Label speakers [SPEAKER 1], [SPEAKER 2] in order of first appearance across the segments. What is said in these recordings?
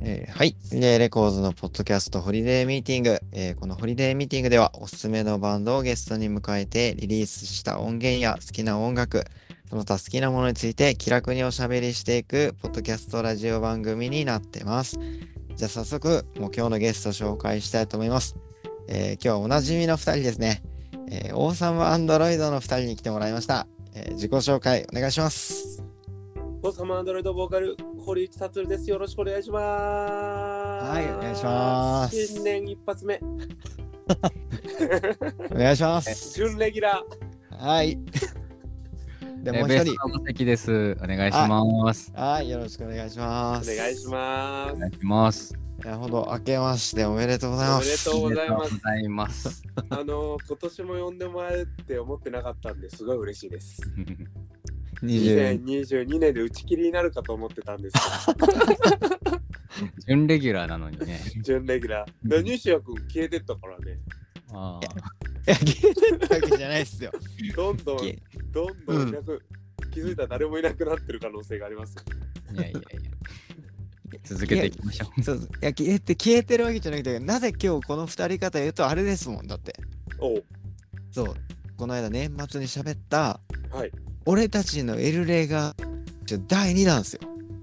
[SPEAKER 1] えーはい。ホリデーレコーズのポッドキャスト、ホリデーミーティング。えーこのホリデーミーティングでは、おすすめのバンドをゲストに迎えて、リリースした音源や好きな音楽、その他好きなものについて気楽におしゃべりしていく、ポッドキャストラジオ番組になってます。じゃあ早速、もう今日のゲスト紹介したいと思います。えー今日はおなじみの2人ですね。えー、オーサムアンドロイドの2人に来てもらいました。えー自己紹介お願いします。
[SPEAKER 2] ボス様アンドロイドボーカル堀内達です。よろしくお願いします。
[SPEAKER 1] はいお願いします
[SPEAKER 2] 新年一発目、
[SPEAKER 1] お願いします。
[SPEAKER 2] 準レギュラ
[SPEAKER 1] はい。 で
[SPEAKER 3] え
[SPEAKER 1] もう
[SPEAKER 3] ベ
[SPEAKER 1] 一
[SPEAKER 3] ース
[SPEAKER 1] 人。
[SPEAKER 3] の関です。お願いします。
[SPEAKER 1] はい、よろしくお願いし
[SPEAKER 2] ー、
[SPEAKER 1] ます。
[SPEAKER 2] お願いしま
[SPEAKER 3] お願いします。
[SPEAKER 1] す。なるほど、明けましておめでとうございます。
[SPEAKER 2] す。おめでとうござい
[SPEAKER 3] あ
[SPEAKER 2] ま
[SPEAKER 3] りがと
[SPEAKER 2] す
[SPEAKER 3] う。ございます。
[SPEAKER 2] あの今年も呼んでもらえるって思ってなかったんですごい嬉しいです。
[SPEAKER 1] 20
[SPEAKER 2] 2022年で打ち切りになるかと思ってたんです
[SPEAKER 3] 準レギュラーなのにね。
[SPEAKER 2] けど、準レギュラー。で西矢君消えてったからね、
[SPEAKER 3] あ
[SPEAKER 1] いや、ゲームってわけじゃないですよ。
[SPEAKER 2] どんどん
[SPEAKER 1] 消え
[SPEAKER 2] どんどんいなく、気づいたら誰もいなくなってる可能性があります。
[SPEAKER 3] ーいやいやいや。続けていきましょう。
[SPEAKER 1] そうそういや、消えて、消えてるわけじゃなくて、なぜ今日この二人方言うとあれですもん、だって。
[SPEAKER 2] おう
[SPEAKER 1] そう、この間年末に喋った、
[SPEAKER 2] はい。
[SPEAKER 1] 俺たちのエルレが、ちょ第2弾ですよ。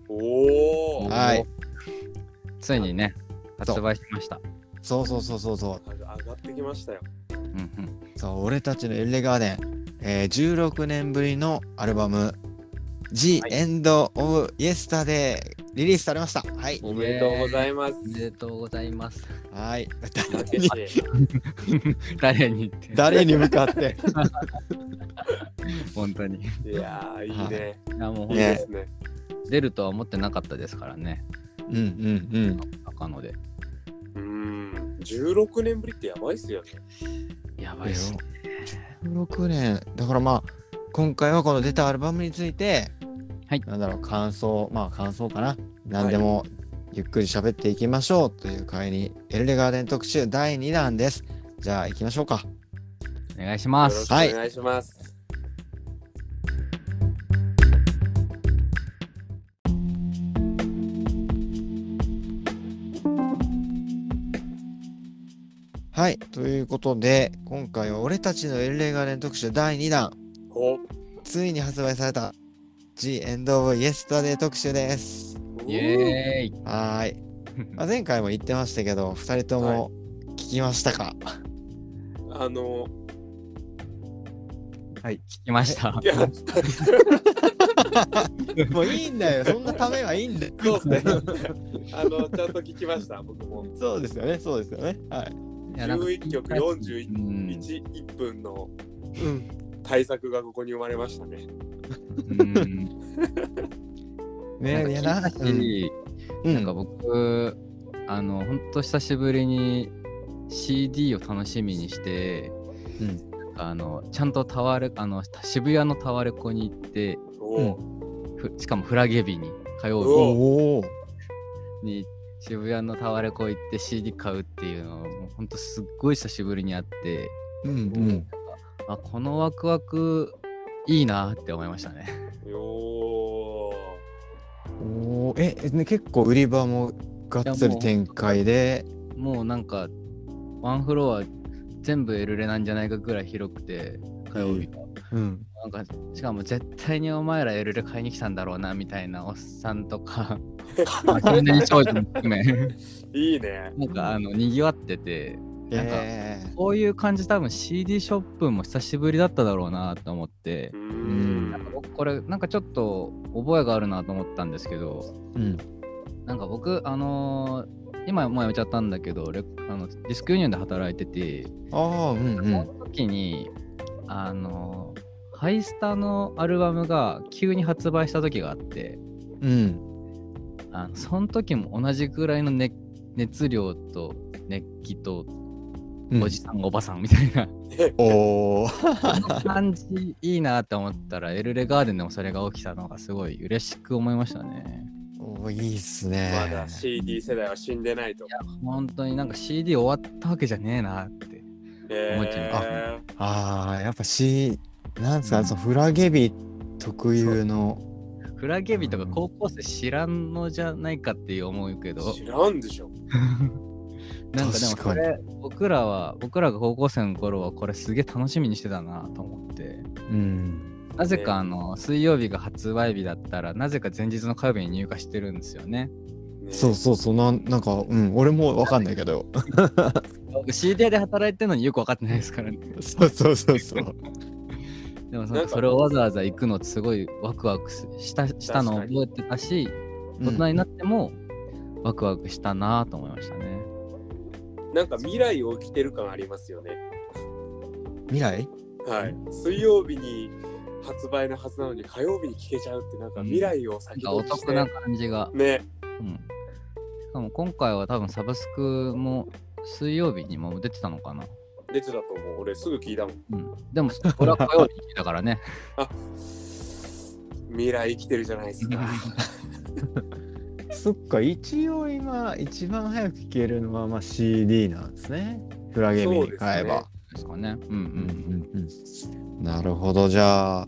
[SPEAKER 2] おお。
[SPEAKER 1] はい。
[SPEAKER 3] ついにね、
[SPEAKER 1] そう
[SPEAKER 3] 発売しました。
[SPEAKER 1] そうそうそうそうそう。
[SPEAKER 2] 上がってきましたよ。
[SPEAKER 3] うんうん
[SPEAKER 1] そう、俺たちのエルレガーデン、えー16年ぶりのアルバム、The
[SPEAKER 2] はい
[SPEAKER 1] End of Yesterday リリースされました。はい。
[SPEAKER 2] おめでとうございます。
[SPEAKER 3] おめでとうございます。
[SPEAKER 1] はい。
[SPEAKER 2] 嬉しい
[SPEAKER 3] 誰に言って、
[SPEAKER 1] 誰に向かって。
[SPEAKER 3] 本当に。い
[SPEAKER 2] いやー、いいね。
[SPEAKER 3] やもう
[SPEAKER 2] いい
[SPEAKER 1] ね
[SPEAKER 3] 本当
[SPEAKER 2] ですね。
[SPEAKER 3] 出るとは思ってなかったですからね。
[SPEAKER 1] うんうんうん。
[SPEAKER 3] 中野で。
[SPEAKER 2] うーん、16年ぶりってやばいっすよね。
[SPEAKER 3] やばいっすね。
[SPEAKER 1] 16年。だからまあ、今回はこの出たアルバムについて、
[SPEAKER 3] はい
[SPEAKER 1] なんだろう、感想、まあ感想かな。何でもゆっくり喋っていきましょうという回に、エルレガーデン特集第2弾です。じゃあ行きましょうか。
[SPEAKER 3] お願いし
[SPEAKER 2] よ
[SPEAKER 3] ま
[SPEAKER 2] ろし
[SPEAKER 3] す
[SPEAKER 2] く。お願いします。
[SPEAKER 1] はい。ということで、今回は俺たちのエルレガーデン特集第2弾、
[SPEAKER 2] お
[SPEAKER 1] ついに発売された G End of Yesterday 特集です。
[SPEAKER 3] イエーイ。
[SPEAKER 1] はーい。まあ、前回も言ってましたけど、2人とも聞きましたか、
[SPEAKER 2] あの、
[SPEAKER 3] はい、聞きました。
[SPEAKER 2] いや、そう
[SPEAKER 1] もういいんだよ。そんなためはいいんだよ。
[SPEAKER 2] っすね。 あの、ちゃんと聞きました、僕も。
[SPEAKER 1] そうですよね。そうですよね。はい。
[SPEAKER 3] いやなんか
[SPEAKER 2] 11曲
[SPEAKER 3] う
[SPEAKER 2] 41
[SPEAKER 3] ん
[SPEAKER 2] 1分の
[SPEAKER 1] うん。
[SPEAKER 2] 対策がここに生まれましたね。
[SPEAKER 3] うん
[SPEAKER 1] ねえ、いやな。
[SPEAKER 3] なんか聞いたしなんか僕、あの、ほんと久しぶりに CD を楽しみにして、
[SPEAKER 1] うん
[SPEAKER 3] なんかあのちゃんとタワレあの渋谷のタワレコに行って、
[SPEAKER 2] おう
[SPEAKER 3] ふしかもフラゲ日に、火
[SPEAKER 2] う
[SPEAKER 3] 曜
[SPEAKER 2] お
[SPEAKER 1] おお。
[SPEAKER 3] 日に渋谷のタワレコ行って CD 買うっていうのを、もうほんとすっごい久しぶりにあって、
[SPEAKER 1] うんうん。
[SPEAKER 3] あ、このワクワクいいなって思いましたね。
[SPEAKER 1] お
[SPEAKER 2] よ
[SPEAKER 1] お。え、ね、結構売り場もがっつり展開で。
[SPEAKER 3] もうなんかワンフロア全部エルレなんじゃないかぐらい広くて火曜日は、
[SPEAKER 1] うん。
[SPEAKER 3] なんかしかも絶対にお前らエルレ買いに来たんだろうなみたいなおっさんとか 完全に少女も含め
[SPEAKER 2] ー いいね。
[SPEAKER 3] なんかあのにぎわっててなんか
[SPEAKER 1] ええ
[SPEAKER 3] こういう感じ多分 CD ショップも久しぶりだっただろうなと思って
[SPEAKER 2] うー
[SPEAKER 3] なんか
[SPEAKER 2] ん。
[SPEAKER 3] 僕これなんかちょっと覚えがあるなと思ったんですけど
[SPEAKER 1] うん。
[SPEAKER 3] なんか僕あのー今もうやめちゃったんだけどレあのディスクユニオンで働いてて
[SPEAKER 1] ああ、うんう
[SPEAKER 3] そ
[SPEAKER 1] ん。
[SPEAKER 3] の時にあのハイスタのアルバムが急に発売した時があって
[SPEAKER 1] うん。
[SPEAKER 3] あのその時も同じくらいの熱熱量と熱気と
[SPEAKER 1] うん
[SPEAKER 3] おじさん、おばさんみ たいな
[SPEAKER 1] おお。
[SPEAKER 3] あの感じいいなって思ったらエルレガーデンでもそれが起きたのがすごい嬉しく思いましたね。
[SPEAKER 1] おーいいっす
[SPEAKER 2] ま
[SPEAKER 1] ね
[SPEAKER 2] だ。CD 世代は死んでないと。
[SPEAKER 3] 本当になんか CD 終わったわけじゃねえなって。思いっきり
[SPEAKER 2] え
[SPEAKER 1] ああ、やっぱし、なんですか、
[SPEAKER 3] うん
[SPEAKER 1] そのフラゲビ特有の。
[SPEAKER 3] クラゲ日とか高校生知らんのじゃないかって思うけど、
[SPEAKER 2] 知らんでしょ。
[SPEAKER 3] なんかでも
[SPEAKER 1] 確か
[SPEAKER 3] こ
[SPEAKER 1] に
[SPEAKER 3] れ僕らは僕らが高校生の頃はこれすげえ楽しみにしてたなと思って
[SPEAKER 1] うん。
[SPEAKER 3] なぜ
[SPEAKER 2] ね
[SPEAKER 3] かあの水曜日が発売日だったらなぜか前日の火曜日に入荷してるんですよね
[SPEAKER 2] ね
[SPEAKER 1] そうそうそう、なんなんか、うん、俺もわかんないけど。
[SPEAKER 3] 僕 CD 屋で働いてるのによく分かってないですからね
[SPEAKER 1] そうそうそうそう。
[SPEAKER 3] で
[SPEAKER 2] な
[SPEAKER 3] も
[SPEAKER 2] ん
[SPEAKER 3] そ
[SPEAKER 2] か
[SPEAKER 3] それをわざわざ行くのすごいワクワクすしたしたのを覚えてたし大人になってもワクワクしたなと思いましたね
[SPEAKER 2] なんか未来を着てる感ありますよね。
[SPEAKER 1] 未来
[SPEAKER 2] はい。水曜日に発売のはずなのに火曜日に聞けちゃうってなんか未来を先
[SPEAKER 3] なん
[SPEAKER 2] 取
[SPEAKER 3] か
[SPEAKER 2] り
[SPEAKER 3] お
[SPEAKER 2] して、
[SPEAKER 3] 得な感じが
[SPEAKER 2] ね。
[SPEAKER 3] うん。しかも今回は多分サブスクも水曜日にも出てたのかな。
[SPEAKER 2] 出てたと思う。俺すぐ聞いたもん。
[SPEAKER 3] うん。でも、これは火曜日に聞いたからね。
[SPEAKER 2] 未来生きてるじゃないですか。
[SPEAKER 1] そっか、一応今、一番早く聴けるのはまあ CD なんですね。クラゲミに買えば。
[SPEAKER 3] ですかね。う
[SPEAKER 1] う
[SPEAKER 3] んう
[SPEAKER 1] ん
[SPEAKER 3] ん
[SPEAKER 1] うんうんなるほど、じゃあ、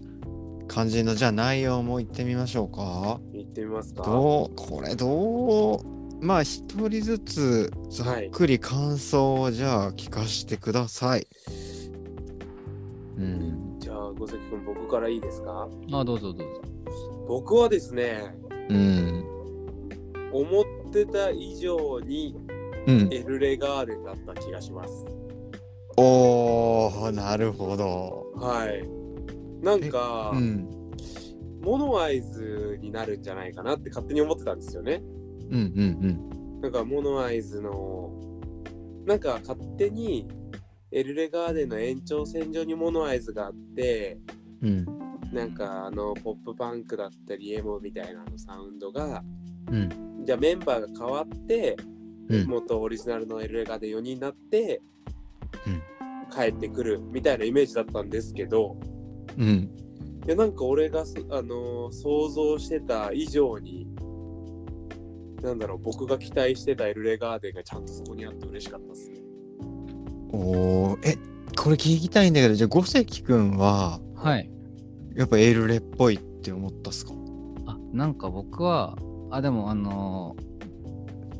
[SPEAKER 1] 肝心のじゃあ内容も言ってみましょうか。
[SPEAKER 2] 行ってみますか。
[SPEAKER 1] どう、これどう、まあ一人ずつざっくり感想をじゃあ聞かせてください。うん。
[SPEAKER 2] じゃあ、五関君、僕からいいですか
[SPEAKER 3] うん。あ、どうぞどうぞ。
[SPEAKER 2] 僕はですね、
[SPEAKER 1] うん。
[SPEAKER 2] 思ってた以上に
[SPEAKER 1] うん。
[SPEAKER 2] エルレガーデンだった気がします。
[SPEAKER 1] おー、なるほど。
[SPEAKER 2] はい。なんか、
[SPEAKER 1] うん。
[SPEAKER 2] モノアイズになるんじゃないかなって勝手に思ってたんですよね。
[SPEAKER 1] うんうん
[SPEAKER 2] なんかモノアイズのなんか勝手にエルレガーデンの延長線上にモノアイズがあって
[SPEAKER 1] うん。うん。
[SPEAKER 2] なんかあのポップパンクだったりエモみたいなあのサウンドが
[SPEAKER 1] うん。
[SPEAKER 2] じゃあメンバーが変わって
[SPEAKER 1] うん。
[SPEAKER 2] 元オリジナルのエルレガーデン4人になって
[SPEAKER 1] うん
[SPEAKER 2] 帰ってくるみたいなイメージだったんですけど
[SPEAKER 1] うん。
[SPEAKER 2] いやなんか俺がそあのー想像してた以上になんだろう僕が期待してたエルレガーデンがちゃんとそこにあって嬉しかったっすね。
[SPEAKER 1] おー、え、これ聞きたいんだけど、じゃあ、五関くんは、
[SPEAKER 3] はい。
[SPEAKER 1] やっぱエルレっぽいって思ったっすか
[SPEAKER 3] あ、なんか僕は、あ、でもあのー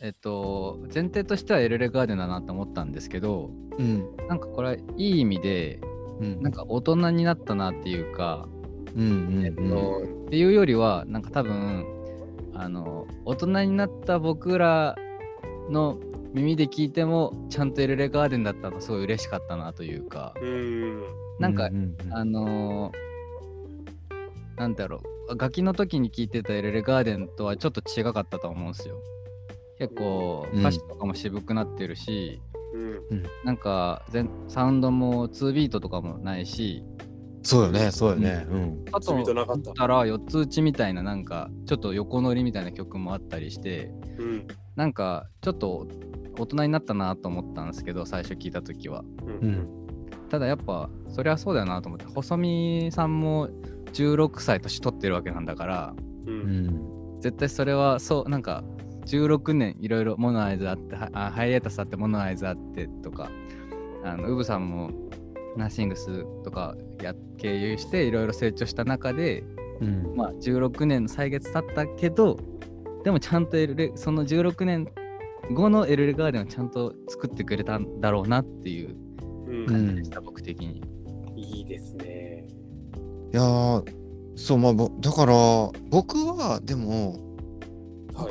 [SPEAKER 3] えっと、前提としてはエルレガーデンだなと思ったんですけど
[SPEAKER 1] うん。
[SPEAKER 3] なんかこれはいい意味で
[SPEAKER 1] うん。
[SPEAKER 3] なんか大人になったなっていうか
[SPEAKER 1] うんうん
[SPEAKER 3] えっとっていうよりはなんか多分あの大人になった僕らの耳で聞いてもちゃんとエルレガーデンだったのすごい嬉しかったなというか
[SPEAKER 2] うーん
[SPEAKER 3] なんか、
[SPEAKER 1] ううん
[SPEAKER 3] あのーなんだろうガキの時に聞いてたエルレガーデンとはちょっと違かったと思うんですよ結構
[SPEAKER 1] うん
[SPEAKER 3] 歌詞とかも渋くなってるし、
[SPEAKER 2] うん
[SPEAKER 3] なんか全サウンドも2ビートとかもないし
[SPEAKER 1] そうよね、そうよね。うん。
[SPEAKER 3] あと
[SPEAKER 2] 2ビートなかった
[SPEAKER 3] 思ったら4つ打ちみたいななんかちょっと横乗りみたいな曲もあったりして
[SPEAKER 2] うん
[SPEAKER 3] なんかちょっと大人になったなと思ったんですけど最初聞いた時は
[SPEAKER 2] うん
[SPEAKER 1] うん。
[SPEAKER 3] ただやっぱそりゃそうだよなと思って細見さんも16歳年取ってるわけなんだから
[SPEAKER 2] う
[SPEAKER 1] うんん。
[SPEAKER 3] 絶対それはそうなんか16年いろいろモノアイズあってはあハイエータスあってモノアイズあってとかあのウブさんもナッシングスとかや経由していろいろ成長した中で
[SPEAKER 1] うん。
[SPEAKER 3] まあ、16年の歳月経ったけどでもちゃんとエルレその16年後のエルレガーデンをちゃんと作ってくれたんだろうなっていう
[SPEAKER 2] うん
[SPEAKER 1] うん
[SPEAKER 3] 感じでした、僕的に。
[SPEAKER 2] いいですね。
[SPEAKER 1] いやー、そう、まあ、ぼだから、僕は、でも、
[SPEAKER 2] はい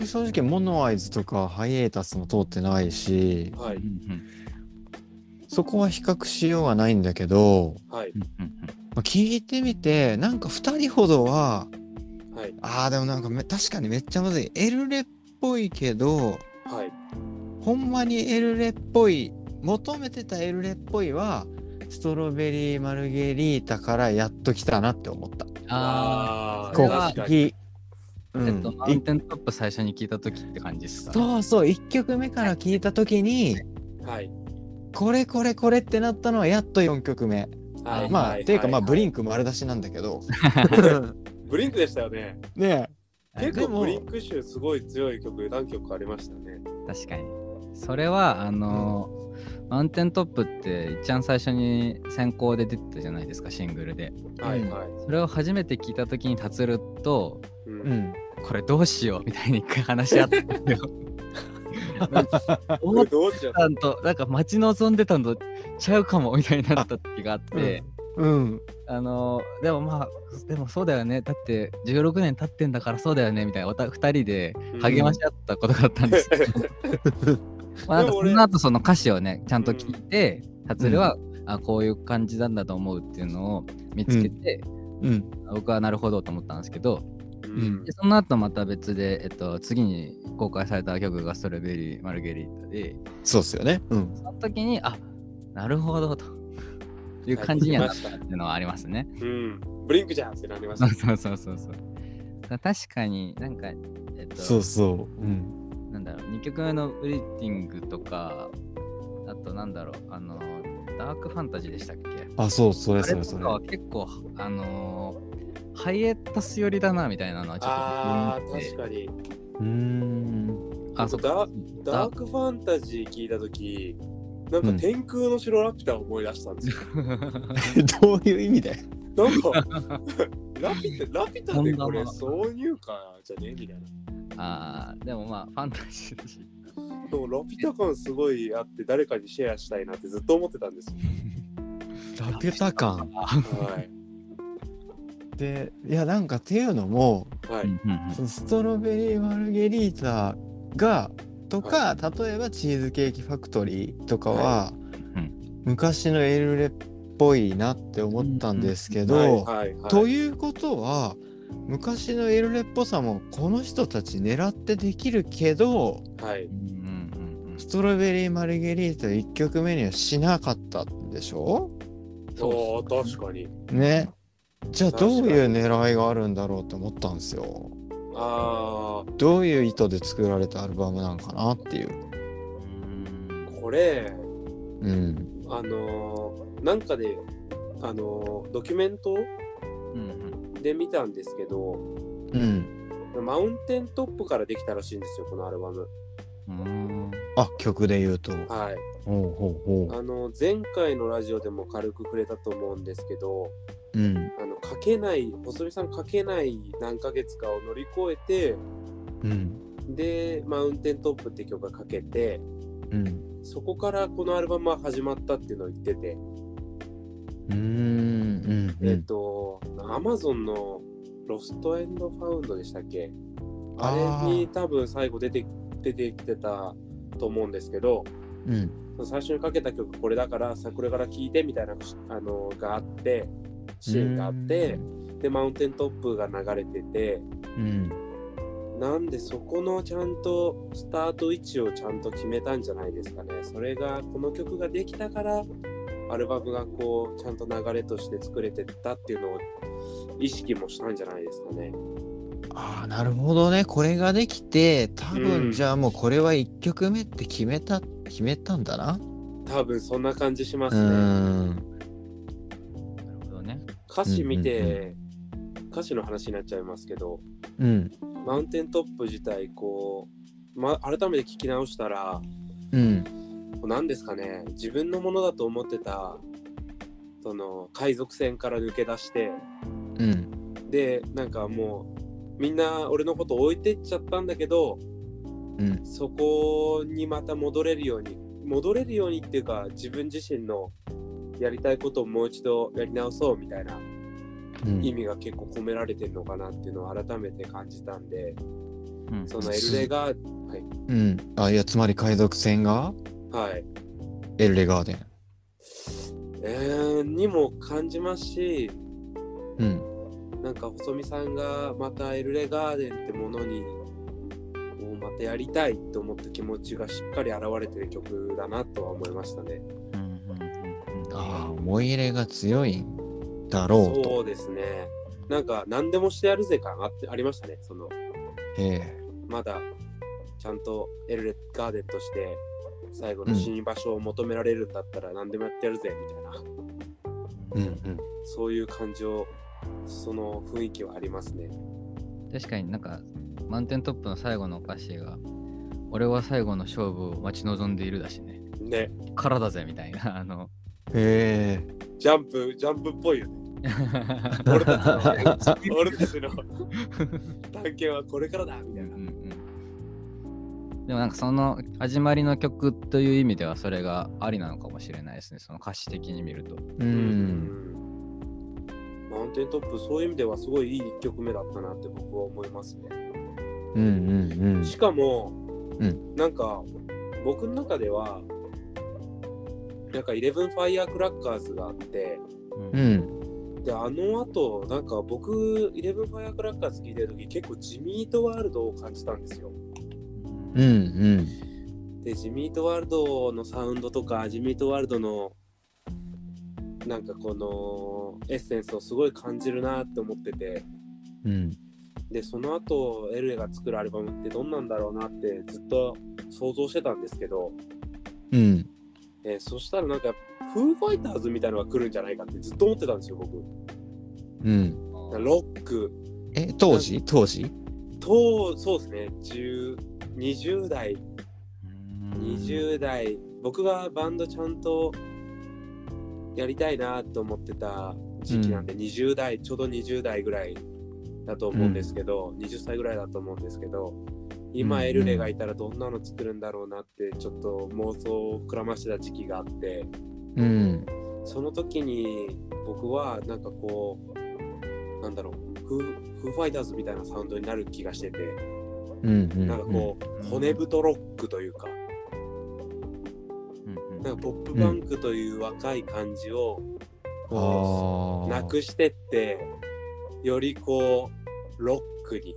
[SPEAKER 1] 僕正直、モノアイズとかハイエータスも通ってないし、
[SPEAKER 2] はい
[SPEAKER 1] そこは比較しようがないんだけど、
[SPEAKER 2] はい
[SPEAKER 1] まあ聞いてみて、なんか2人ほどは、
[SPEAKER 2] はい
[SPEAKER 1] ああ、でもなんかめ確かにめっちゃむずい。エルレっぽいけど、
[SPEAKER 2] はい
[SPEAKER 1] ほんまにエルレっぽい、求めてたエルレっぽいは、ストロベリーマルゲリータからやっと来たなって思った。
[SPEAKER 3] あ
[SPEAKER 2] あ
[SPEAKER 3] ー
[SPEAKER 1] こ
[SPEAKER 2] ー
[SPEAKER 1] う
[SPEAKER 3] れは
[SPEAKER 2] 確かに
[SPEAKER 1] う
[SPEAKER 3] あ、
[SPEAKER 1] ん
[SPEAKER 3] えっと、マウンテントップ最初に聞いた時って感じですか、
[SPEAKER 1] そうそう1曲目から聴いた時に
[SPEAKER 2] はい
[SPEAKER 1] これこれこれってなったのはやっと4曲目
[SPEAKER 2] はい
[SPEAKER 1] まあ、
[SPEAKER 2] は
[SPEAKER 1] っていうかまあ
[SPEAKER 2] は
[SPEAKER 1] ブリンク丸出しなんだけ ど
[SPEAKER 2] ブリンクでしたよね。
[SPEAKER 1] ねえ
[SPEAKER 2] 結
[SPEAKER 1] で
[SPEAKER 2] 構
[SPEAKER 1] も
[SPEAKER 2] ブリンク集すごい強い曲何曲かありましたよね。
[SPEAKER 3] 確かに。それは、あのーマウンテントップって一番最初に先行で出てたじゃないですかシングルで
[SPEAKER 2] はいはい。
[SPEAKER 3] それを初めて聞いた時に達ると
[SPEAKER 2] う。
[SPEAKER 1] うんん。
[SPEAKER 3] これどうしようみたいに一回話し合ったんだよ 思
[SPEAKER 2] こ
[SPEAKER 3] っ
[SPEAKER 2] れどうしよ
[SPEAKER 3] たんとなんか待ち望んでたんとちゃうかもみたいになった時があって、
[SPEAKER 1] うん。
[SPEAKER 3] あのでもまあでもそうだよねだって16年経ってんだからそうだよねみたいなおた2人で
[SPEAKER 2] う。
[SPEAKER 3] 励まし合ったことがあったんですけど、
[SPEAKER 2] で
[SPEAKER 3] まあなんか
[SPEAKER 2] も
[SPEAKER 3] そ
[SPEAKER 2] 俺
[SPEAKER 3] の後その歌詞をねちゃんと聞いて、達郎は、あこういう感じなんだと思うっていうのを見つけて、
[SPEAKER 1] うん。
[SPEAKER 3] 僕はなるほどと思ったんですけど
[SPEAKER 2] うん
[SPEAKER 3] で。その後また別で、えっと、次に公開された曲が「ストロベリー・マルゲリータで」
[SPEAKER 1] そうっすよね。うん。
[SPEAKER 3] その時にあなるほどという感じにはなったっていうのはありますね。
[SPEAKER 2] うん。ブリンクじゃんってなりまし
[SPEAKER 3] そ
[SPEAKER 2] た
[SPEAKER 3] う。そうそうそうそう。だから確かになんか、えっと、
[SPEAKER 1] そうそう。うん。
[SPEAKER 3] なんだろう、2曲目のブリーティングとか、あとなんだろう、あの、ダークファンタジーでしたっけ
[SPEAKER 1] あ、そう、それ
[SPEAKER 3] あ
[SPEAKER 1] そ
[SPEAKER 3] れ
[SPEAKER 1] れ
[SPEAKER 3] と
[SPEAKER 1] それ
[SPEAKER 3] か。は結構、あのーハイエットス寄りだなみたいなのはちょっと
[SPEAKER 2] ああ、
[SPEAKER 3] 思って
[SPEAKER 2] 確かに。
[SPEAKER 1] うーん。
[SPEAKER 3] あ、そっ
[SPEAKER 2] ダ
[SPEAKER 3] か。
[SPEAKER 2] ダークファンタジー聞いたとき、なんか
[SPEAKER 1] うん
[SPEAKER 2] 天空の城ラピュタを思い出したんです よ。
[SPEAKER 1] どういう意味だよ。
[SPEAKER 2] なんか、ラピュタ、ラピュタでこれ
[SPEAKER 3] 本棚
[SPEAKER 2] 挿入歌じゃねみたいな。
[SPEAKER 3] あーでもまあ、ファンタジーだし。
[SPEAKER 2] でもラピュタ感すごいあって、誰かにシェアしたいなってずっと思ってたんですよ。
[SPEAKER 1] ラピュタ感。
[SPEAKER 2] はい。
[SPEAKER 1] で、いや、なんかっていうのも、
[SPEAKER 2] は
[SPEAKER 3] う
[SPEAKER 2] い。
[SPEAKER 3] んうんうん
[SPEAKER 1] そのストロベリーマルゲリータがとか、例えばチーズケーキファクトリーとかは、
[SPEAKER 3] う
[SPEAKER 1] 昔のエルレっぽいなって思ったんです けど、
[SPEAKER 2] はいはいはい、
[SPEAKER 1] ということは昔のエルレっぽさもこの人たち狙ってできるけど
[SPEAKER 2] はい。
[SPEAKER 3] うんうんうん
[SPEAKER 1] ストロベリーマルゲリータ1曲目にはしなかったんでしょ
[SPEAKER 2] おお確かに。
[SPEAKER 1] ねじゃあ
[SPEAKER 2] 確
[SPEAKER 1] ど
[SPEAKER 2] か
[SPEAKER 1] う
[SPEAKER 2] に
[SPEAKER 1] いう狙いがあるんだろうって思ったんですよ。
[SPEAKER 2] ああ、
[SPEAKER 1] どういう意図で作られたアルバムなんかなっていう。
[SPEAKER 3] うん
[SPEAKER 2] これ、
[SPEAKER 1] うん。
[SPEAKER 2] あのーなんかね、あのードキュメント
[SPEAKER 3] うん
[SPEAKER 2] で見たんですけど、
[SPEAKER 1] うん。
[SPEAKER 2] マウンテントップからできたらしいんですよ、このアルバム。
[SPEAKER 3] うんうん
[SPEAKER 1] あ曲で言うと。
[SPEAKER 2] はい。
[SPEAKER 1] ほうほうほ
[SPEAKER 2] あの前回のラジオでも軽く触れたと思うんですけど
[SPEAKER 1] う。うん。
[SPEAKER 2] あの書けない細見さん書けない何ヶ月かを乗り越えて
[SPEAKER 1] うん。
[SPEAKER 2] で「マウンテントップ」って曲が書けて
[SPEAKER 1] うん。
[SPEAKER 2] そこからこのアルバムは始まったっていうのを言ってて、
[SPEAKER 1] うーん。うん。
[SPEAKER 2] えっ、と Amazon の「ロストエンドファウンド」でしたっけあれに多分最後出て出てきてたと思うんですけど
[SPEAKER 1] うん。
[SPEAKER 2] 最初にかけた曲これだからさこれから聴いてみたいなあのがあってシーンがあって。でマウンテントップが流れてて
[SPEAKER 1] うん。
[SPEAKER 2] なんでそこのちゃんとスタート位置をちゃんと決めたんじゃないですかねそれがこの曲ができたからアルバムがこうちゃんと流れとして作れてったっていうのを意識もしたんじゃないですかね
[SPEAKER 1] ああ、なるほどね。これができて、多
[SPEAKER 2] う
[SPEAKER 1] 分
[SPEAKER 2] ん
[SPEAKER 1] じゃあもうこれは1曲目って決めた、決めたんだな。
[SPEAKER 2] 多分そんな感じしま
[SPEAKER 1] う
[SPEAKER 2] すね
[SPEAKER 1] ーん。
[SPEAKER 3] なるほどね。
[SPEAKER 2] 歌詞見
[SPEAKER 1] うんう
[SPEAKER 2] て歌詞の話になっちゃいますけど
[SPEAKER 1] うん。
[SPEAKER 2] マウンテントップ自体こう、ま、改めて聞き直したら
[SPEAKER 1] うん。
[SPEAKER 2] 何ですかね自分のものだと思ってたその海賊船から抜け出して
[SPEAKER 1] うん。
[SPEAKER 2] でなんかもうみんな俺のこと置いてっちゃったんだけど
[SPEAKER 1] うん。
[SPEAKER 2] そこにまた戻れるように戻れるようにっていうか自分自身のやりたいことをもう一度やり直そうみたいな
[SPEAKER 1] うん
[SPEAKER 2] 意味が結構込められてるのかなっていうのを改めて感じたんで
[SPEAKER 3] うん
[SPEAKER 2] そのエルレがはい
[SPEAKER 1] うん。あ、いや、つまり海賊船が
[SPEAKER 2] はい
[SPEAKER 1] エルレガーデン。
[SPEAKER 2] えーにも感じますし
[SPEAKER 1] うん。
[SPEAKER 2] なんか細見さんがまたエルレガーデンってものにもうまたやりたいと思った気持ちがしっかり現れてる曲だなとは思いましたね。
[SPEAKER 3] うんうんうんうん
[SPEAKER 1] ああ、思い入れが強いんだろうと。
[SPEAKER 2] そうですね。なんか何でもしてやるぜ感あってありましたね。その
[SPEAKER 1] ええ。
[SPEAKER 2] まだちゃんとエルレガーデンとして最後の死に場所を求められるんだったら何でもやってやるぜみたいな、
[SPEAKER 1] うんうん。
[SPEAKER 2] そういう感情その雰囲気はありますね。
[SPEAKER 3] 確かになんかマウンテントップの最後のお菓子が俺は最後の勝負を待ち望んでいるだしね
[SPEAKER 2] ね、
[SPEAKER 3] からだぜみたいなあ の
[SPEAKER 1] へえ。
[SPEAKER 2] ジャンプ、ジャンプっぽいよ ね。俺たちの、俺たちの 探検はこれからだみた
[SPEAKER 3] うんう
[SPEAKER 2] い
[SPEAKER 3] ん
[SPEAKER 2] な。
[SPEAKER 3] うんでもなんかその始まりの曲という意味ではそれがありなのかもしれないですねその歌詞的に見ると
[SPEAKER 1] うん。
[SPEAKER 2] マウンテントップ、そういう意味ではすごいいい1曲目だったなって僕は思いますね。
[SPEAKER 1] うんうん
[SPEAKER 2] しかも、
[SPEAKER 1] うん
[SPEAKER 2] なんか僕の中ではなんか11ファイヤークラッカーズがあって
[SPEAKER 1] うん。うん。
[SPEAKER 2] であの後なんか僕11ファイヤークラッカーズ聞いてる時結構ジミートワールドを感じたんですよ
[SPEAKER 1] うんうん。
[SPEAKER 2] でジミートワールドのサウンドとかジミートワールドのなんかこのエッセンスをすごい感じるなって思ってて
[SPEAKER 1] うん。
[SPEAKER 2] でその後エルレが作るアルバムってどんなんだろうなってずっと想像してたんですけど
[SPEAKER 1] うん。
[SPEAKER 2] えーそしたらなんかフーファイターズみたいなのが来るんじゃないかってずっと思ってたんですよ僕
[SPEAKER 1] うん。
[SPEAKER 2] ロック
[SPEAKER 1] え、当時当時
[SPEAKER 2] とそうですね10 20代20代僕がバンドちゃんとやりたいなと思ってた時期なんで、20代ちょうど20代ぐらいだと思うんですけど、20歳ぐらいだと思うんですけど
[SPEAKER 1] うん
[SPEAKER 2] 今
[SPEAKER 1] うん
[SPEAKER 2] エルレがいたらどんなの作るんだろうなってちょっと妄想を膨らましてた時期があって、
[SPEAKER 1] うん。
[SPEAKER 2] その時に僕はなんかこうなんだろうフーフーファイターズみたいなサウンドになる気がしてて
[SPEAKER 1] うんうん。
[SPEAKER 2] なんかこう、
[SPEAKER 3] うん
[SPEAKER 2] 骨太ロックというか
[SPEAKER 3] うんうん
[SPEAKER 2] なんかポップバンクという若い感じをこ
[SPEAKER 1] あ
[SPEAKER 2] う
[SPEAKER 1] あ。
[SPEAKER 2] なくしてってよりこうロックに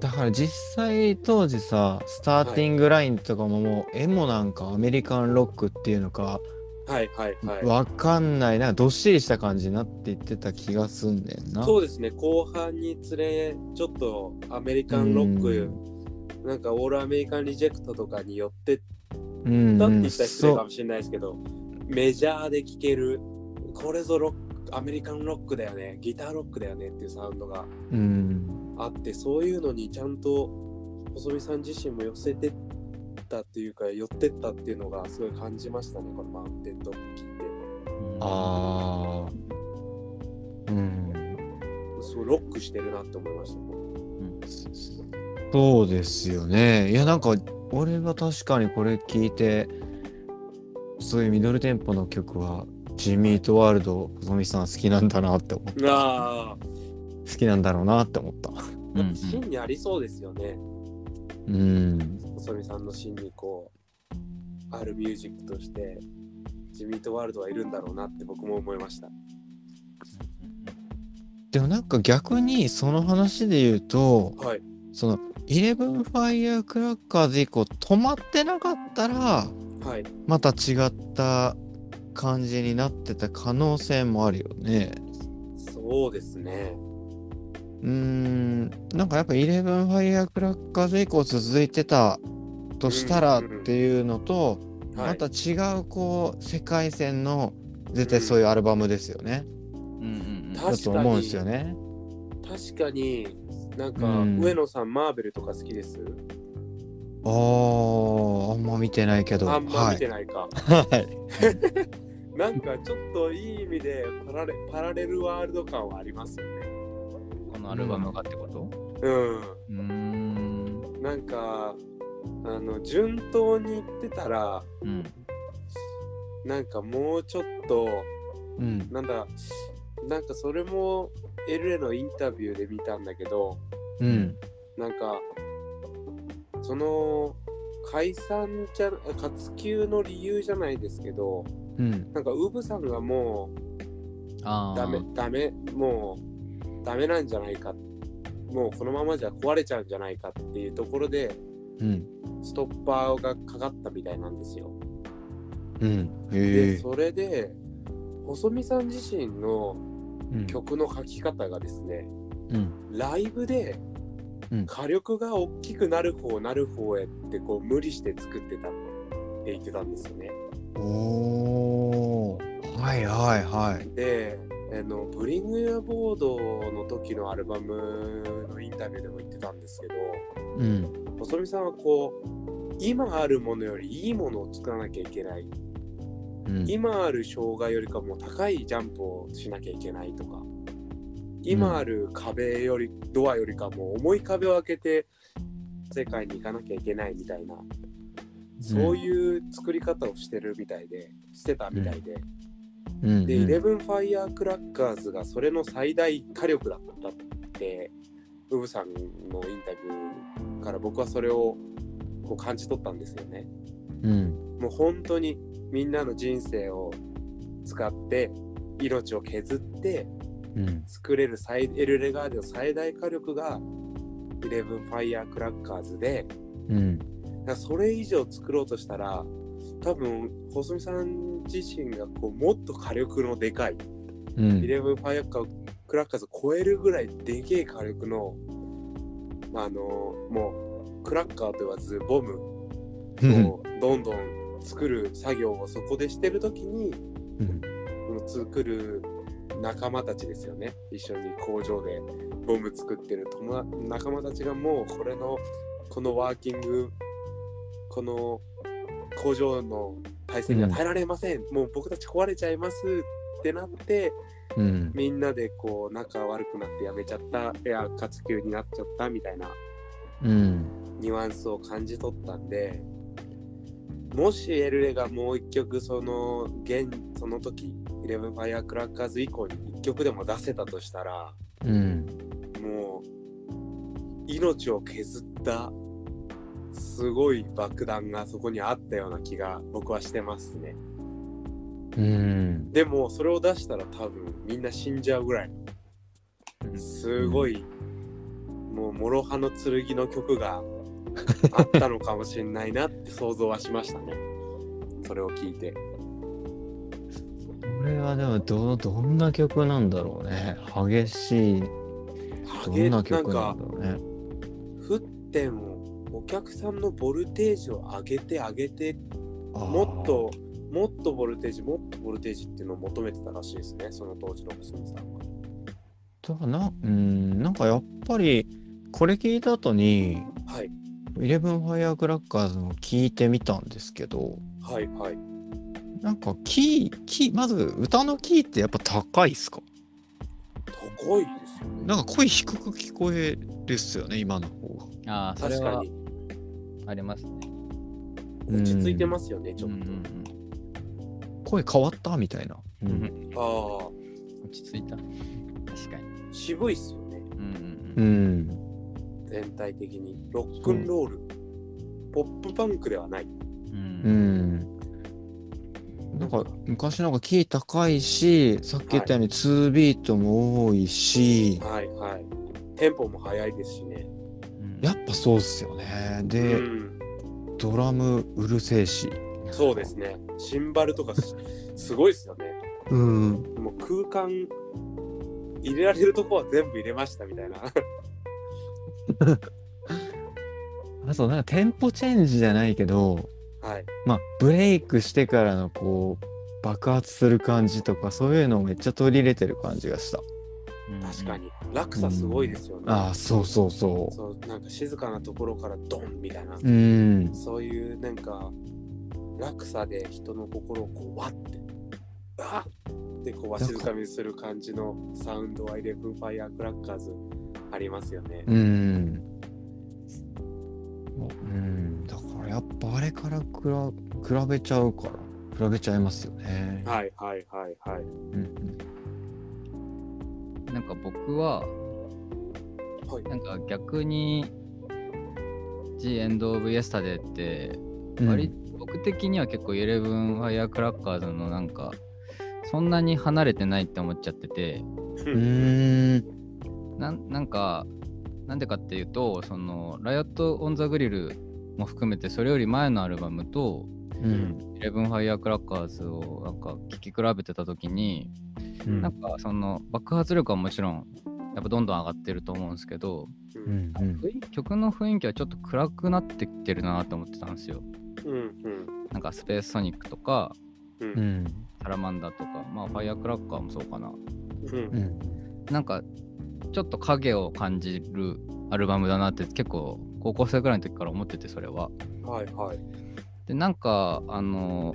[SPEAKER 1] だから実際当時さスターティングラインとかももう、エモなんかアメリカンロックっていうのか、
[SPEAKER 2] はいはいは
[SPEAKER 1] わかんないなんかどっしりした感じになっていってた気がすんだよ
[SPEAKER 2] い
[SPEAKER 1] な。
[SPEAKER 2] そうですね後半につれちょっとアメリカンロックなんかオールアメリカンリジェクトとかによって
[SPEAKER 1] うんうん
[SPEAKER 2] だって
[SPEAKER 1] う
[SPEAKER 2] 言
[SPEAKER 1] ん
[SPEAKER 2] ったら失礼か
[SPEAKER 1] そ
[SPEAKER 2] もしれないですけど、メジャーで聴ける、これぞロック、アメリカンロックだよね、ギターロックだよねっていうサウンドが
[SPEAKER 1] ううん
[SPEAKER 2] あって、そういうのにちゃんと細見さん自身も寄せてったっていうか、寄ってったっていうのがすごい感じましたね、このマウンテントップ聞いて。
[SPEAKER 1] あーうん
[SPEAKER 2] すごいロックしてるなって思いました。
[SPEAKER 1] そうですよねいやなんか俺は確かにこれ聞いてそういうミドルテンポの曲はジミートワールド細見さん好きなんだなって思っ
[SPEAKER 2] ああ、
[SPEAKER 1] 好きなんだろうなって思った。
[SPEAKER 3] うんうん
[SPEAKER 2] 芯にありそうですよね、
[SPEAKER 1] うん
[SPEAKER 2] 細見さんの芯にこう、あるミュージックとして、ジミートワールドはいるんだろうなって僕も思いました。
[SPEAKER 1] でもなんか逆にその話で言うと
[SPEAKER 2] はい。
[SPEAKER 1] その11ファイヤークラッカーズ以降止まってなかったら
[SPEAKER 2] はい。
[SPEAKER 1] また違った感じになってた可能性もあるよね。
[SPEAKER 2] そうですね。
[SPEAKER 1] うーんなんかやっぱ11ファイヤークラッカーズ以降続いてたとしたらっ
[SPEAKER 2] うんうんうん
[SPEAKER 1] ていうのと、
[SPEAKER 2] はい、
[SPEAKER 1] また違うこう世界線の絶対そういうアルバムですよね。
[SPEAKER 3] うんうんうん
[SPEAKER 2] 確か
[SPEAKER 1] だ
[SPEAKER 2] に
[SPEAKER 1] と思うんですよね。
[SPEAKER 2] 確かになんか、
[SPEAKER 1] うん
[SPEAKER 2] 上野さんマーベルとか好きです
[SPEAKER 1] あーあんま見てないけど。
[SPEAKER 2] あんま
[SPEAKER 1] は
[SPEAKER 2] 見て
[SPEAKER 1] い。
[SPEAKER 2] ないか、
[SPEAKER 1] はい
[SPEAKER 2] なんかちょっといい意味でパラレパラレルワールド感はありますよね
[SPEAKER 3] このアルバムがってこと
[SPEAKER 2] う
[SPEAKER 3] うーん
[SPEAKER 2] んなんかあの順当にいってたら
[SPEAKER 3] うん
[SPEAKER 2] なんかもうちょっと
[SPEAKER 1] うん
[SPEAKER 2] なんだなんかそれも LA のインタビューで見たんだけど
[SPEAKER 1] うん
[SPEAKER 2] なんかその解散じゃ活休の理由じゃないですけど
[SPEAKER 1] うん
[SPEAKER 2] なんかウブさんがもう
[SPEAKER 3] ああ
[SPEAKER 2] ダメダメもうダメなんじゃないかもうこのままじゃ壊れちゃうんじゃないかっていうところで
[SPEAKER 1] うん
[SPEAKER 2] ストッパーがかかったみたいなんですよ。
[SPEAKER 1] うん
[SPEAKER 2] で
[SPEAKER 1] へえ
[SPEAKER 2] それで細見さん自身の
[SPEAKER 1] うん
[SPEAKER 2] 曲の書き方がですね
[SPEAKER 1] うん
[SPEAKER 2] ライブで
[SPEAKER 1] うん
[SPEAKER 2] 火力が大きくなる方なる方へってこう無理して作ってたって言ってたんですよね。
[SPEAKER 1] おーはいはいはい
[SPEAKER 2] であの「ブリング・ユア・ボード」の時のアルバムのインタビューでも言ってたんですけど
[SPEAKER 1] うん
[SPEAKER 2] 細見さんはこう今あるものよりいいものを作らなきゃいけない
[SPEAKER 1] うん
[SPEAKER 2] 今ある障害よりかも高いジャンプをしなきゃいけないとか今ある壁よりドアよりかも重い壁を開けて世界に行かなきゃいけないみたいなそういう作り方をしてるみたいでしてたみたいで、
[SPEAKER 1] うん
[SPEAKER 2] で、
[SPEAKER 1] う
[SPEAKER 2] イ
[SPEAKER 1] ん
[SPEAKER 2] レブンファイヤークラッカーズがそれの最大火力だったって、ウブさんのインタビューから僕はそれをこう感じ取ったんですよね。
[SPEAKER 1] うん
[SPEAKER 2] もう本当にみんなの人生を使って、命を削って
[SPEAKER 1] うん
[SPEAKER 2] 作れる最エルレガーデの最大火力がイレブンファイヤークラッカーズで、
[SPEAKER 1] うん
[SPEAKER 2] だからそれ以上作ろうとしたら多分細見さん自身がこうもっと火力のでかい
[SPEAKER 1] うん
[SPEAKER 2] イレブンファイアカークラッカーズを超えるぐらいでけえ火力のあのもうクラッカーと言わずボムをどんどん作る作業をそこでしてる時に
[SPEAKER 1] うん
[SPEAKER 2] この作る仲間たちですよね一緒に工場でボム作ってる友達仲間たちがもうこれのこのワーキングこの工場の体制には耐えられません、もう僕たち壊れちゃいますってなって
[SPEAKER 1] うん
[SPEAKER 2] みんなでこう仲悪くなってやめちゃったいや活休になっちゃったみたいな
[SPEAKER 1] うん
[SPEAKER 2] ニュアンスを感じ取ったんでもしエルレがもう一曲その現その時「イレブンファイアクラッカーズ」以降に一曲でも出せたとしたら
[SPEAKER 1] うん
[SPEAKER 2] もう命を削ったすごい爆弾がそこにあったような気が僕はしてますね
[SPEAKER 1] うん
[SPEAKER 2] でもそれを出したら多分みんな死んじゃうぐらいすごい、もう諸刃の剣の曲があったのかもしれないなって想像はしましたね。それを聞いて。
[SPEAKER 1] これはでもどどんな曲なんだろうね激しいどんな曲なんだろうね
[SPEAKER 2] 沸点をお客さんのボルテージを上げて上げてもっともっとボルテージもっとボルテージっていうのを求めてたらしいですねその当時の細見さんは。
[SPEAKER 1] だからなうんなんかやっぱりこれ聞いた後に
[SPEAKER 2] はい
[SPEAKER 1] イレブンファイアークラッカーズも聞いてみたんですけど
[SPEAKER 2] はいはい。
[SPEAKER 1] なんかキーキーまず歌のキーってやっぱ高いっすか
[SPEAKER 2] 高いですよね。
[SPEAKER 1] なんか声低く聞こえるっすよね今の方が
[SPEAKER 3] ああ、それ
[SPEAKER 2] 確か
[SPEAKER 3] は
[SPEAKER 2] に
[SPEAKER 3] ありますね。
[SPEAKER 2] 落ち着いてますよねちょっ
[SPEAKER 3] うんうん
[SPEAKER 1] 声変わったみたいな、う
[SPEAKER 3] うん
[SPEAKER 1] ん
[SPEAKER 2] と。ああ
[SPEAKER 3] うん落ち着いた。確かに。
[SPEAKER 2] 渋いっすよね。
[SPEAKER 3] うん
[SPEAKER 1] う
[SPEAKER 3] うん
[SPEAKER 1] ん、
[SPEAKER 2] 全体的にロックンロール、ポップパンクではない
[SPEAKER 3] うん。
[SPEAKER 1] なんか昔なんかキー高いしさっき言ったように2ビートも多いし、
[SPEAKER 2] はいはいテンポも速いですしね
[SPEAKER 3] うん
[SPEAKER 1] やっぱそうっすよね
[SPEAKER 2] う
[SPEAKER 1] で、
[SPEAKER 2] ん
[SPEAKER 1] ドラムうるせえし
[SPEAKER 2] そうですねシンバルとかすすごいですよね
[SPEAKER 1] うん
[SPEAKER 2] もう空間入れられるとこは全部入れましたみたいな
[SPEAKER 1] あとなんかテンポチェンジじゃないけど
[SPEAKER 2] はい
[SPEAKER 1] まあブレイクしてからのこう爆発する感じとかそういうのをめっちゃ取り入れてる感じがした
[SPEAKER 2] 確か。に落差すごいですよね、
[SPEAKER 1] ああそうそうそ
[SPEAKER 2] そうなんか静かなところからドンみたいな、
[SPEAKER 1] ううん
[SPEAKER 2] そういうなんか落差で人の心をこうわってあっってこうわしづかみにする感じのサウンドはイレブンファイアークラッカーズありますよね。
[SPEAKER 1] うんうんだからやっぱあれからくら比べちゃうから比べちゃいますよね
[SPEAKER 2] はいはいはいはい。
[SPEAKER 1] うん
[SPEAKER 3] うんなんか僕は、
[SPEAKER 2] はい、
[SPEAKER 3] なんか逆に、G End of Yesterday って、
[SPEAKER 1] うん
[SPEAKER 3] 割僕的には結構イレブンファイアークラッカーズのなんかそんなに離れてないって思っちゃってて
[SPEAKER 1] うーん
[SPEAKER 3] なんなんかなんでかっていうとそのライオット・オン・ザ・グリルも含めてそれより前のアルバムと
[SPEAKER 1] うん
[SPEAKER 3] イレブンファイアークラッカーズをなんか聴き比べてた時に
[SPEAKER 1] うん
[SPEAKER 3] なんかその爆発力はもちろんやっぱどんどん上がってると思うんですけど
[SPEAKER 1] う
[SPEAKER 2] う
[SPEAKER 1] ん
[SPEAKER 2] ん
[SPEAKER 1] うん
[SPEAKER 3] 雰囲曲の雰囲気はちょっと暗くなってきてるなと思ってたんですよ
[SPEAKER 2] うん
[SPEAKER 3] なんかスペースソニックとか
[SPEAKER 2] う
[SPEAKER 1] うんん
[SPEAKER 3] サラマンダとか、まあ、ファイアークラッカーもそうかな。
[SPEAKER 2] う。
[SPEAKER 1] うんん
[SPEAKER 3] なんか、ちょっと影を感じるアルバムだなって、結構、高校生くらいの時から思ってて、それは。
[SPEAKER 2] あはいはい。
[SPEAKER 3] でなんかあの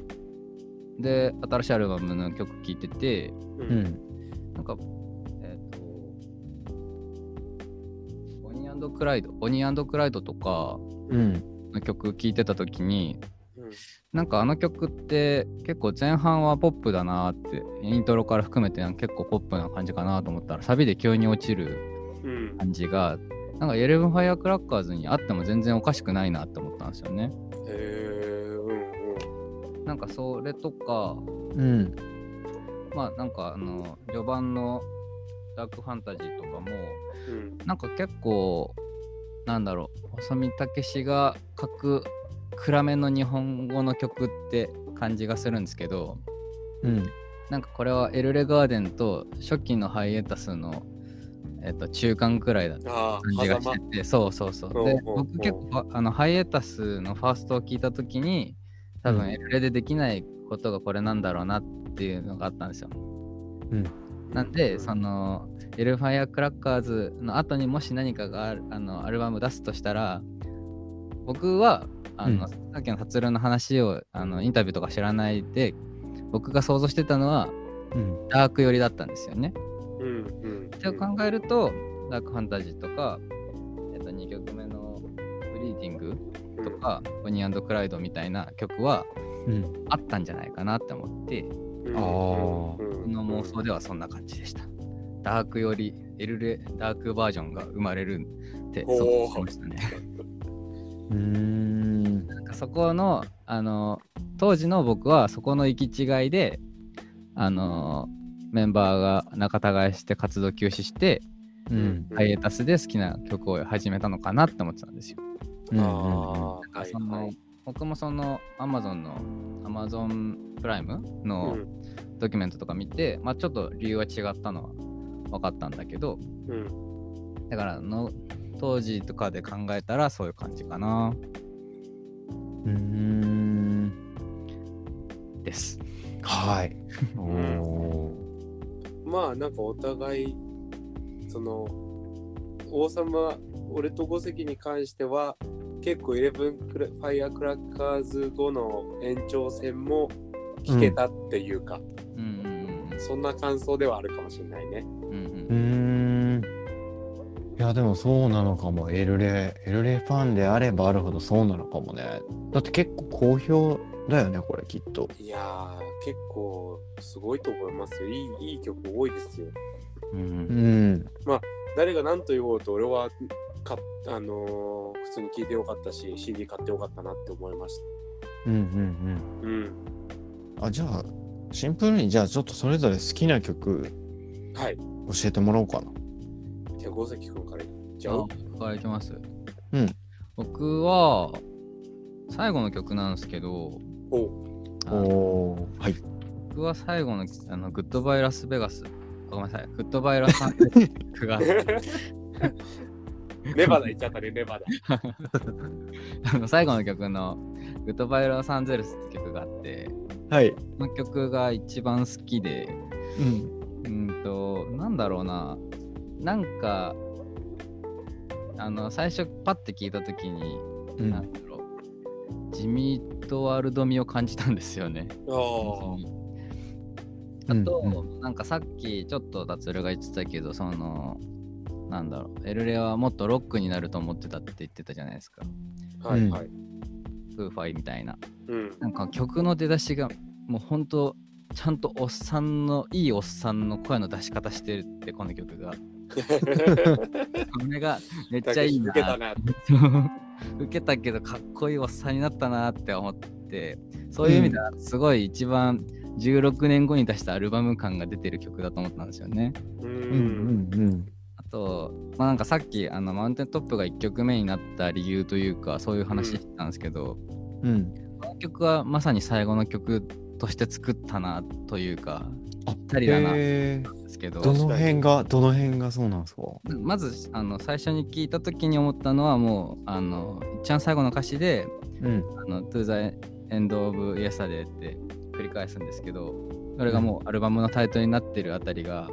[SPEAKER 3] で新しいアルバムの曲聴いてて
[SPEAKER 2] う
[SPEAKER 1] う。ん。
[SPEAKER 3] なんかえっ、とボニークライドボニークライドとか
[SPEAKER 1] うん。
[SPEAKER 3] の曲聴いてた時に
[SPEAKER 2] うん
[SPEAKER 3] なんかあの曲って結構前半はポップだなってイントロから含めてなんか結構ポップな感じかなと思ったらサビで急に落ちる
[SPEAKER 2] うん。
[SPEAKER 3] 感じがなんか「エレブンファイアクラッカーズ」にあっても全然おかしくないなって思ったんですよね。
[SPEAKER 2] へえ。うんうん。
[SPEAKER 3] なんかそれとか
[SPEAKER 1] うん。
[SPEAKER 3] まあなんかあの序盤のダークファンタジーとかも
[SPEAKER 2] うん。
[SPEAKER 3] なんか結構なんだろう細見武史が書く暗めの日本語の曲って感じがするんですけど
[SPEAKER 1] うん。
[SPEAKER 3] なんかこれはエルレガーデンと初期のハイエタスの、えっと、中間くらいだった
[SPEAKER 2] ああ、
[SPEAKER 3] 感じがし
[SPEAKER 2] 狭間
[SPEAKER 3] て。てそうそうそう
[SPEAKER 2] うん
[SPEAKER 3] で
[SPEAKER 2] うん
[SPEAKER 3] 僕結構あのハイエタスのファーストを聞いた時に多
[SPEAKER 1] うん
[SPEAKER 3] 分エルレでできないことがこれなんだろうなっていうのがあったんですよなんで、その、エルファイアクラッカーズの後にもし何かがあるあのアルバム出すとしたら、僕は、あの、
[SPEAKER 1] うん
[SPEAKER 3] さっきの達郎の話をあのインタビューとか知らないで、僕が想像してたのは、
[SPEAKER 1] うん。
[SPEAKER 3] ダーク寄りだったんですよね。
[SPEAKER 2] うんうん。
[SPEAKER 3] それを考えると、ダークファンタジーとか、えっと、2曲目のブリーディング
[SPEAKER 2] うん
[SPEAKER 3] とか、ボニークライドみたいな曲は
[SPEAKER 1] うん。
[SPEAKER 3] あったんじゃないかなって思って、
[SPEAKER 2] うん
[SPEAKER 1] あー
[SPEAKER 2] うん
[SPEAKER 3] 僕の妄想ではそんな感じでした。ダークよりエルレダークバージョンが生まれるって
[SPEAKER 2] おー
[SPEAKER 3] 想像しましたね。
[SPEAKER 1] うーん。
[SPEAKER 3] なんかそこのあの当時の僕はそこの行き違いであのメンバーが仲違いして活動休止して、
[SPEAKER 1] うん。
[SPEAKER 3] ハイエタスで好きな曲を始めたのかなって思ってたんですよ。
[SPEAKER 1] うん。
[SPEAKER 2] ああ、はい
[SPEAKER 3] その
[SPEAKER 2] はい。
[SPEAKER 3] 僕もその Amazon の Amazon プライム
[SPEAKER 2] う
[SPEAKER 3] の
[SPEAKER 2] ん
[SPEAKER 3] ドキュメントとか見て、まあちょっと理由は違ったのは分かったんだけど、
[SPEAKER 2] うん
[SPEAKER 3] だからの当時とかで考えたらそういう感じかな
[SPEAKER 1] うーん。
[SPEAKER 3] です。
[SPEAKER 1] はい。お
[SPEAKER 2] ん
[SPEAKER 1] お。
[SPEAKER 2] まあなんかお互いその王様俺と五関に関しては結構イレブンクラファイアークラッカーズ後の延長戦も聞けたっていうか、
[SPEAKER 3] うん
[SPEAKER 2] そんな感想ではあるかもしれないね。
[SPEAKER 3] うんうんうん
[SPEAKER 1] うーん。いやでもそうなのかもエルレエルレファンであればあるほどそうなのかもねだって結構好評だよねこれきっと
[SPEAKER 2] いやー結構すごいと思いますよ。いいいい曲多いですよ。
[SPEAKER 3] うんうん
[SPEAKER 1] うん
[SPEAKER 2] 誰が何と言おうと俺はかあのー普通に聴いてよかったし CD 買ってよかったなって思いました。
[SPEAKER 1] うんうんうん
[SPEAKER 2] うん。
[SPEAKER 1] あじゃあシンプルにじゃあちょっとそれぞれ好きな曲
[SPEAKER 2] はい。
[SPEAKER 1] 教えてもらおうかな。
[SPEAKER 2] じゃあ五関君からいっち
[SPEAKER 3] じゃ
[SPEAKER 2] ゃ
[SPEAKER 3] あ、
[SPEAKER 2] う
[SPEAKER 3] こ。こからいきます。
[SPEAKER 1] うん。
[SPEAKER 3] 僕は、最後の曲なんですけど、
[SPEAKER 2] お
[SPEAKER 3] あの
[SPEAKER 1] おーはい。
[SPEAKER 3] 僕は最後のあの、グッドバイラスベガス。あごめんなさい、グッドバイラスベガス曲が、
[SPEAKER 2] ネバダ行っちゃったね、ネバダ。
[SPEAKER 3] あの最後の曲の、グッドバイロサンゼルスって曲があって、
[SPEAKER 1] はい。
[SPEAKER 3] この曲が一番好きで、
[SPEAKER 1] うん。
[SPEAKER 3] うんと、なんだろうな。なんか、あの、最初パッて聞いたときに、
[SPEAKER 1] う。
[SPEAKER 3] なんんだろう。地味とワールド味を感じたんですよね。
[SPEAKER 2] あ
[SPEAKER 3] あと、なんかさっきちょっと達郎が言ってたけど、その、なんだろう。エルレはもっとロックになると思ってたって言ってたじゃないですか。
[SPEAKER 2] あ、はいはい。
[SPEAKER 3] フーファイみたいな。
[SPEAKER 2] うん。
[SPEAKER 3] なんか曲の出だしが、もうほんと、ちゃんとおっさんの、いいおっさんの声の出し方してるって、この曲が。これがめっちゃいいな
[SPEAKER 2] 受けたな。
[SPEAKER 3] 受けたけどかっこいいおっさんになったなって思ってそういう意味ではすごい一番16年後に出したアルバム感が出てる曲だと思ったんですよね。
[SPEAKER 2] う。
[SPEAKER 1] うんうんん
[SPEAKER 3] あと、まあ、なんかさっきあのマウンテントップが1曲目になった理由というかそういう話してたんですけど、
[SPEAKER 1] うん。うん。
[SPEAKER 3] この曲はまさに最後の曲として作ったなというかぴったりだなで
[SPEAKER 1] へー
[SPEAKER 3] すけど
[SPEAKER 1] どの辺がどの辺がそうなんですか。
[SPEAKER 3] まずあの最初に聞いた時に思ったのはもうあの一番最後の歌詞で
[SPEAKER 1] うん
[SPEAKER 3] あの To the End of Yesterday って繰り返すんですけど、それがもうアルバムのタイトルになってるあたりが、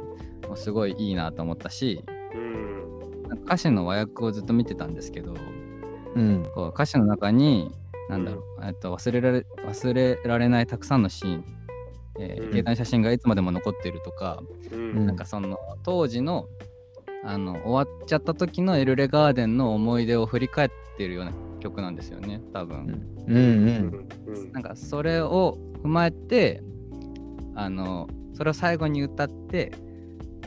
[SPEAKER 3] もうすごいいいなと思ったし、
[SPEAKER 2] うん。
[SPEAKER 3] なんか歌詞の和訳をずっと見てたんですけど、
[SPEAKER 1] うん
[SPEAKER 3] こう歌詞の中に、なんだろう、えっと忘れられ忘れられないたくさんのシーン、えー
[SPEAKER 2] うん
[SPEAKER 3] 携帯写真がいつまでも残っているとか、
[SPEAKER 2] うん
[SPEAKER 3] なんかその当時のあの終わっちゃった時のエルレガーデンの思い出を振り返ってるような曲なんですよね多分、
[SPEAKER 1] うんうん
[SPEAKER 2] うん
[SPEAKER 3] なんかそれを踏まえてあのそれを最後に歌って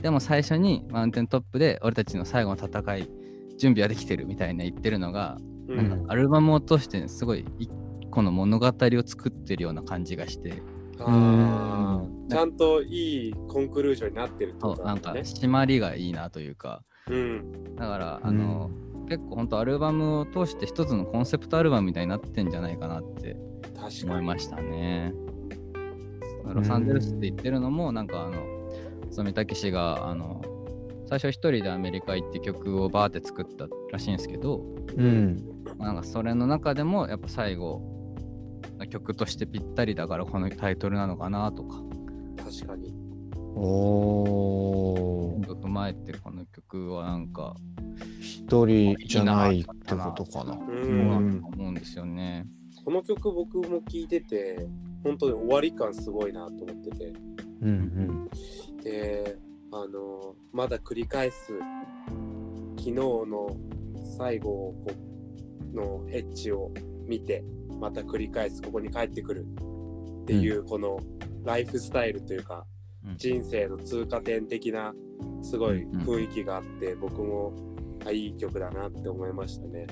[SPEAKER 3] でも最初にマウンテントップで俺たちの最後の戦い準備はできてるみたいな言ってるのが、
[SPEAKER 2] うん
[SPEAKER 3] なんかアルバムを通してすごい一個の物語を作ってるような感じがして
[SPEAKER 2] あ
[SPEAKER 1] う
[SPEAKER 2] ーちゃんといいコンクルージョンになってるって
[SPEAKER 3] そ
[SPEAKER 2] こ
[SPEAKER 3] う
[SPEAKER 2] と
[SPEAKER 3] な
[SPEAKER 2] だ
[SPEAKER 3] んか
[SPEAKER 2] ね。
[SPEAKER 3] 締まりがいいなというか
[SPEAKER 2] うん
[SPEAKER 3] だからあの、結構本当アルバムを通して一つのコンセプトアルバムみたいになってんじゃないかなって
[SPEAKER 2] 確
[SPEAKER 3] 思
[SPEAKER 2] か
[SPEAKER 3] い
[SPEAKER 2] に。
[SPEAKER 3] ましたね。ロサンゼルスって言ってるのも、なんかあの、染武氏が、あの、最初一人でアメリカ行って曲をバーって作ったらしいんですけど、
[SPEAKER 1] うん
[SPEAKER 3] なんかそれの中でも、やっぱ最後、曲としてぴったりだからこのタイトルなのかなとか、
[SPEAKER 2] 確かに。
[SPEAKER 1] おー
[SPEAKER 3] 踏まえてこの曲はなんか、
[SPEAKER 1] 一人じゃないってことかな。
[SPEAKER 2] う
[SPEAKER 3] そうなんんだと思うんですよね。
[SPEAKER 2] この曲僕も聴いてて、本当に終わり感すごいなと思ってて。
[SPEAKER 1] うん
[SPEAKER 2] で、あの、まだ繰り返す、昨日の最後をこうのエッジを見て、また繰り返す、ここに帰ってくるっていう、このライフスタイルというか、
[SPEAKER 3] うん
[SPEAKER 2] 人生の通過点的なすごい雰囲気があって、僕もあいい曲だなって思いましたね。